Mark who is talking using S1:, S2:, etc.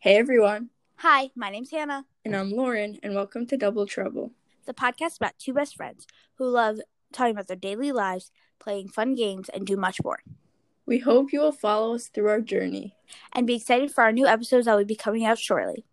S1: Hey everyone,
S2: Hi, my name's Hannah,
S1: and I'm Lauren, and welcome to Double Trouble.
S2: the podcast about two best friends who love talking about their daily lives, playing fun games, and do much more.
S1: We hope you will follow us through our journey.
S2: And be excited for our new episodes that will be coming out shortly.